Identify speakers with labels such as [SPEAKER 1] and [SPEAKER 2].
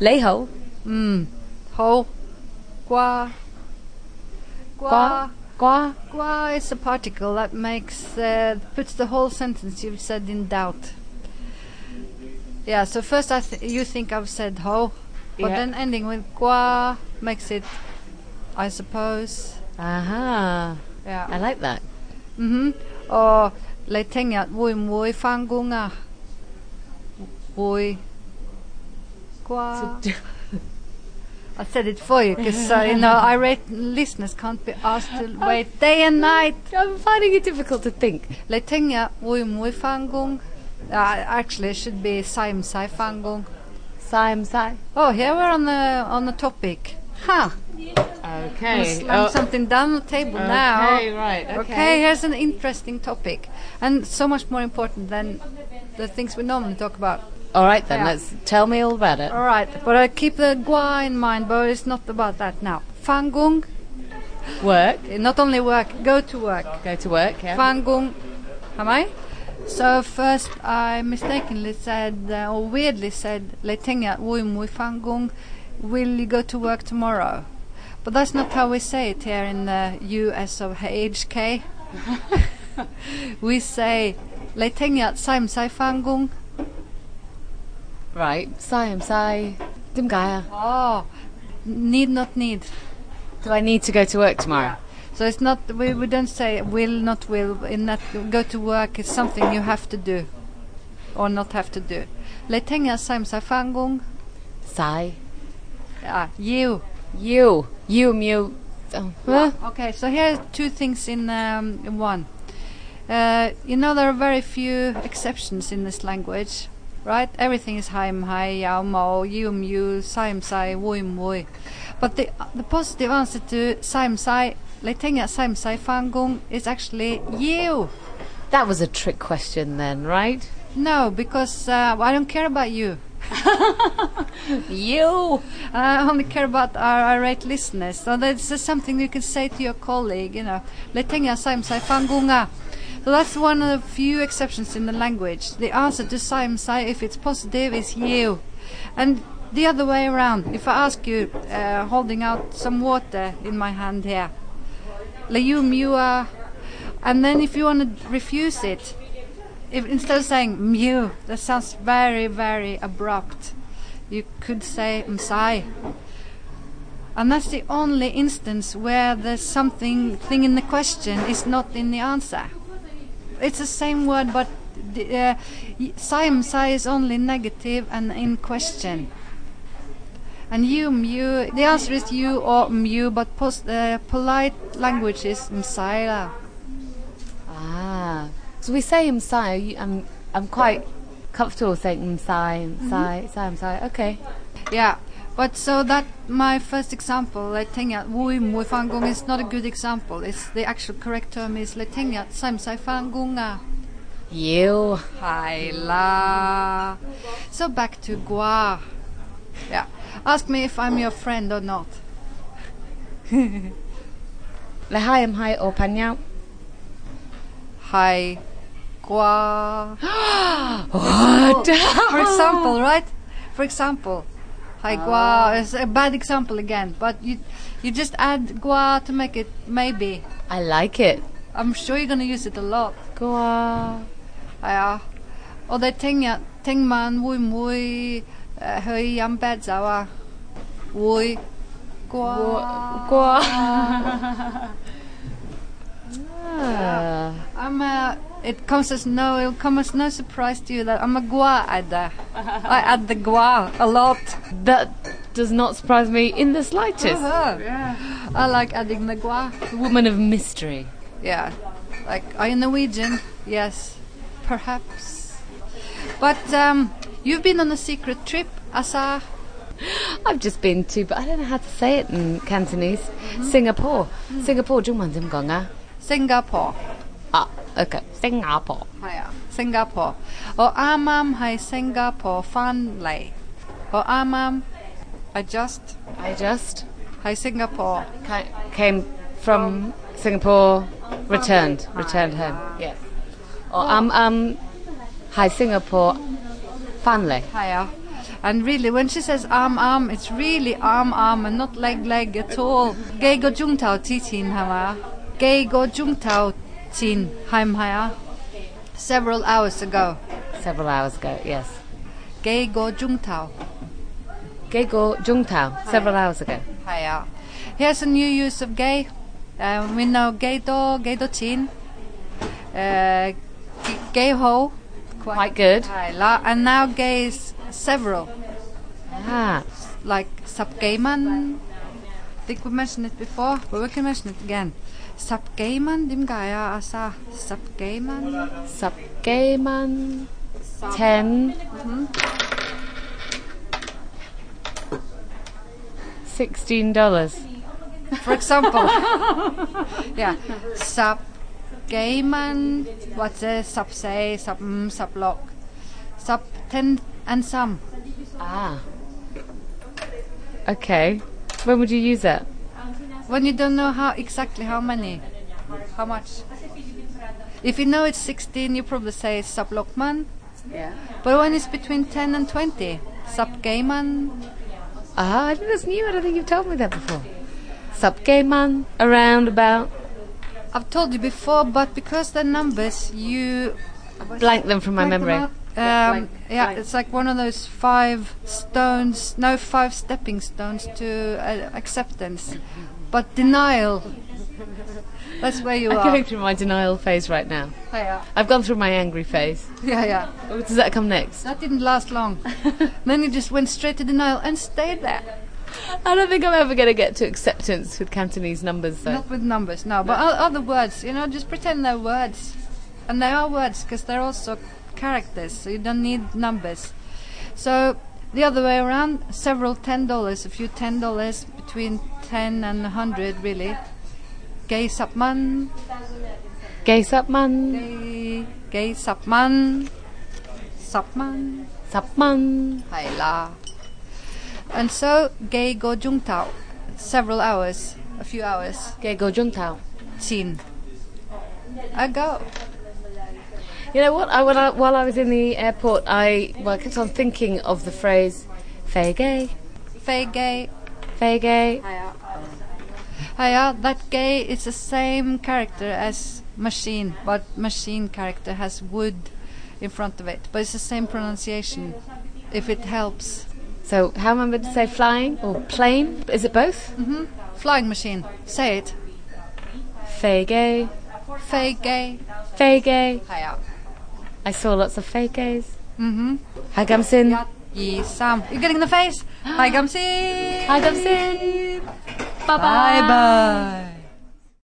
[SPEAKER 1] 你好，
[SPEAKER 2] 嗯，好，gua, gua,
[SPEAKER 1] 瓜
[SPEAKER 2] gua is a particle that makes uh, puts the whole sentence you've said in doubt. Yeah. So first, I th- you think I've said ho, but
[SPEAKER 1] Yeah.
[SPEAKER 2] then ending with gua makes it, I suppose.
[SPEAKER 1] Aha.
[SPEAKER 2] Yeah.
[SPEAKER 1] I like that.
[SPEAKER 2] Mm-hmm. Or lấy tiếng Nhật vui vui phan gu à? Vui qua. I said it for you because uh, you know irate listeners can't be asked to wait day and night.
[SPEAKER 1] I'm finding it difficult to think.
[SPEAKER 2] Lấy tiếng Nhật vui vui phan gu. Uh, actually, it should be sim sai phan gu.
[SPEAKER 1] Sim, si.
[SPEAKER 2] Oh, here we're on the on the topic. Huh? Gonna
[SPEAKER 1] Okay.
[SPEAKER 2] slam
[SPEAKER 1] Oh,
[SPEAKER 2] something down the table now.
[SPEAKER 1] okay, right. Okay.
[SPEAKER 2] Okay, here's an interesting topic, and so much more important than the things we normally talk about.
[SPEAKER 1] All right then.
[SPEAKER 2] Yeah.
[SPEAKER 1] Let's tell me all about it.
[SPEAKER 2] All right, but I keep the gua in mind, but it's not about that now. Fangung,
[SPEAKER 1] Work.
[SPEAKER 2] eh, not only work, go to work.
[SPEAKER 1] Go to work. Yeah.
[SPEAKER 2] Fangung, am I? So first, I mistakenly said, uh, or weirdly said, letenga uimui fangung, will you go to work tomorrow? But that's not how we say it here in the US of HK. we say letenga saim sai fangung.
[SPEAKER 1] Right. Sim, si. Dim Gaia.
[SPEAKER 2] Oh, need not need.
[SPEAKER 1] Do I need to go to work tomorrow?
[SPEAKER 2] So it's not we, we don't say will not will in that go to work is something you have to do or not have to do. Letenga samsa fangung.
[SPEAKER 1] Si.
[SPEAKER 2] Ah, you.
[SPEAKER 1] You. You, Mew. Oh, huh?
[SPEAKER 2] Okay, so here are two things in um, in one. Uh, you know there are very few exceptions in this language, right? Everything is haim hai, yao mo, yum yu, saim sai, wuim wui. But the the positive answer to saim sai, letenga saim sai fangung is actually you.
[SPEAKER 1] That was a trick question then, right?
[SPEAKER 2] No, because uh, I don't care about you.
[SPEAKER 1] You.
[SPEAKER 2] I only care about our irate listeners. So that's just something you can say to your colleague, you know. Letenga saim sai fangunga. So that's one of the few exceptions in the language. The answer to saim sai, if it's positive, is you. And the other way around, if I ask you, uh, holding out some water in my hand here, leum you are, and then if you want to refuse it, if, instead of saying mew, that sounds very, very abrupt. You could say msai. And that's the only instance where the something thing in the question is not in the answer. It's the same word, but the, uh, y- sai msai is only negative and in question. And you, mew, the answer is you or mew, but pos- uh, polite language is msai. la.
[SPEAKER 1] Ah, so we say Msai. you- I'm I'm quite comfortable saying Msai, Msai, Msai, Msai. Okay.
[SPEAKER 2] Yeah, but so that my first example, letenga wui mui fangung is not a good example. It's the actual correct term is letenga samsai fangunga.
[SPEAKER 1] You.
[SPEAKER 2] Hai la. So back to gua. Yeah, ask me if I'm your friend or not.
[SPEAKER 1] Lehai am hai or panyao.
[SPEAKER 2] Hai gua.
[SPEAKER 1] What?
[SPEAKER 2] For example, right? For example. Hai gua is a bad example again, but you you just add gua to make it maybe.
[SPEAKER 1] I like it.
[SPEAKER 2] I'm sure you're gonna use it a lot.
[SPEAKER 1] Gua.
[SPEAKER 2] Ja. Og det tenker, tenker uh, man hvor mye eh, høy hjemmebedelser var. Hvor
[SPEAKER 1] Gua.
[SPEAKER 2] går
[SPEAKER 1] Gua. Ah.
[SPEAKER 2] I'm a, it comes as no it'll come as no surprise to you that I'm a gua adder. I add the gua a lot.
[SPEAKER 1] That does not surprise me in the slightest.
[SPEAKER 2] Uh-huh. I like adding the gua.
[SPEAKER 1] Woman of mystery.
[SPEAKER 2] Yeah. Like, are you Norwegian? Yes. Perhaps. But um, you've been on a secret trip, Asa.
[SPEAKER 1] I've just been to, but I don't know how to say it in Cantonese. Singapore. Singapore. 中文怎么讲啊？
[SPEAKER 2] Singapore.
[SPEAKER 1] Ah, okay. Singapore.
[SPEAKER 2] Hiya. Singapore. O amam hai Singapore fan lei. O amam I just
[SPEAKER 1] I just
[SPEAKER 2] hai Singapore.
[SPEAKER 1] ki- came from Singapore, returned, returned home. Yes. Or um um, hi Singapore, family.
[SPEAKER 2] Hiya. And really, when she says arm arm, it's really arm arm and not leg leg at all. Gay go jung tao ti tin hama. Gay go jung tao tin haim haya. Several hours ago.
[SPEAKER 1] Several hours ago, yes.
[SPEAKER 2] Gay go jung tao.
[SPEAKER 1] Gego Jungtao, several hours ago.
[SPEAKER 2] Hiya. Here's a new use of gay. Uh, we know gay do, gay do tin, uh, g- gay ho.
[SPEAKER 1] Quite good.
[SPEAKER 2] Hi, la- And now gay is several,
[SPEAKER 1] Ah,
[SPEAKER 2] like sub gay man. I think we mentioned it before, but we can mention it again. Sub gay man, dim gaya asa. Sub gay man.
[SPEAKER 1] Sapgeman, ten. Sixteen dollars.
[SPEAKER 2] For example. yeah. Sub gay man. What's a sub say, sub mm, sub lock. Sub ten and some.
[SPEAKER 1] Ah. Okay. When would you use it?
[SPEAKER 2] When you don't know how exactly how many, how much. If you know it's 16, you probably say sub Lokman.
[SPEAKER 1] Yeah.
[SPEAKER 2] But when it's between 10 and 20, sub Gayman.
[SPEAKER 1] Ah, I think that's new. I don't think you've told me that before. Sapgeman, around about.
[SPEAKER 2] I've told you before, but because they're numbers, you.
[SPEAKER 1] Blank them from my
[SPEAKER 2] Blank them
[SPEAKER 1] memory.
[SPEAKER 2] out. Um,
[SPEAKER 1] blank,
[SPEAKER 2] yeah,
[SPEAKER 1] blank.
[SPEAKER 2] it's like one of those five stones, no, five stepping stones to uh, acceptance. But denial, that's where you
[SPEAKER 1] I'm
[SPEAKER 2] are.
[SPEAKER 1] going through my denial phase right now.
[SPEAKER 2] Yeah,
[SPEAKER 1] I've gone through my angry phase.
[SPEAKER 2] yeah, yeah.
[SPEAKER 1] Oh, Does that come next?
[SPEAKER 2] That didn't last long. then you just went straight to denial and stayed there.
[SPEAKER 1] I don't think I'm ever going to get to acceptance with Cantonese numbers, though.
[SPEAKER 2] Not with numbers, no, but o- other words, you know, just pretend they're words. And they are words because they're also characters, so you don't need numbers. So the other way around, several ten dollars, a few ten dollars between ten and a hundred, really. Gay sapman,
[SPEAKER 1] Gay sapman,
[SPEAKER 2] gay, gay sapman, sapman.
[SPEAKER 1] sapman.
[SPEAKER 2] Haila. And so gay go jung tao. Several hours, a few hours.
[SPEAKER 1] Gay go juntao.
[SPEAKER 2] Chin. Ago.
[SPEAKER 1] You know what? I, when I, while I was in the airport, I, well, I kept on thinking of the phrase, fey gay,
[SPEAKER 2] Fei gay.
[SPEAKER 1] fey gay.
[SPEAKER 2] Hiya. Hiya. That gay is the same character as machine, but machine character has wood in front of it. But it's the same pronunciation, if it helps.
[SPEAKER 1] So how am I meant to say flying or plane? Is it both?
[SPEAKER 2] hmm Flying machine. Say it.
[SPEAKER 1] Fey gay,
[SPEAKER 2] Fei gay.
[SPEAKER 1] fey gay.
[SPEAKER 2] Hiya.
[SPEAKER 1] I saw lots of fey gays.
[SPEAKER 2] Mm-hmm.
[SPEAKER 1] Hagamsin,
[SPEAKER 2] Yi sam. You're getting the face. Hi, Gamsi.
[SPEAKER 1] hagamsin. Bye-bye.
[SPEAKER 2] Bye bye.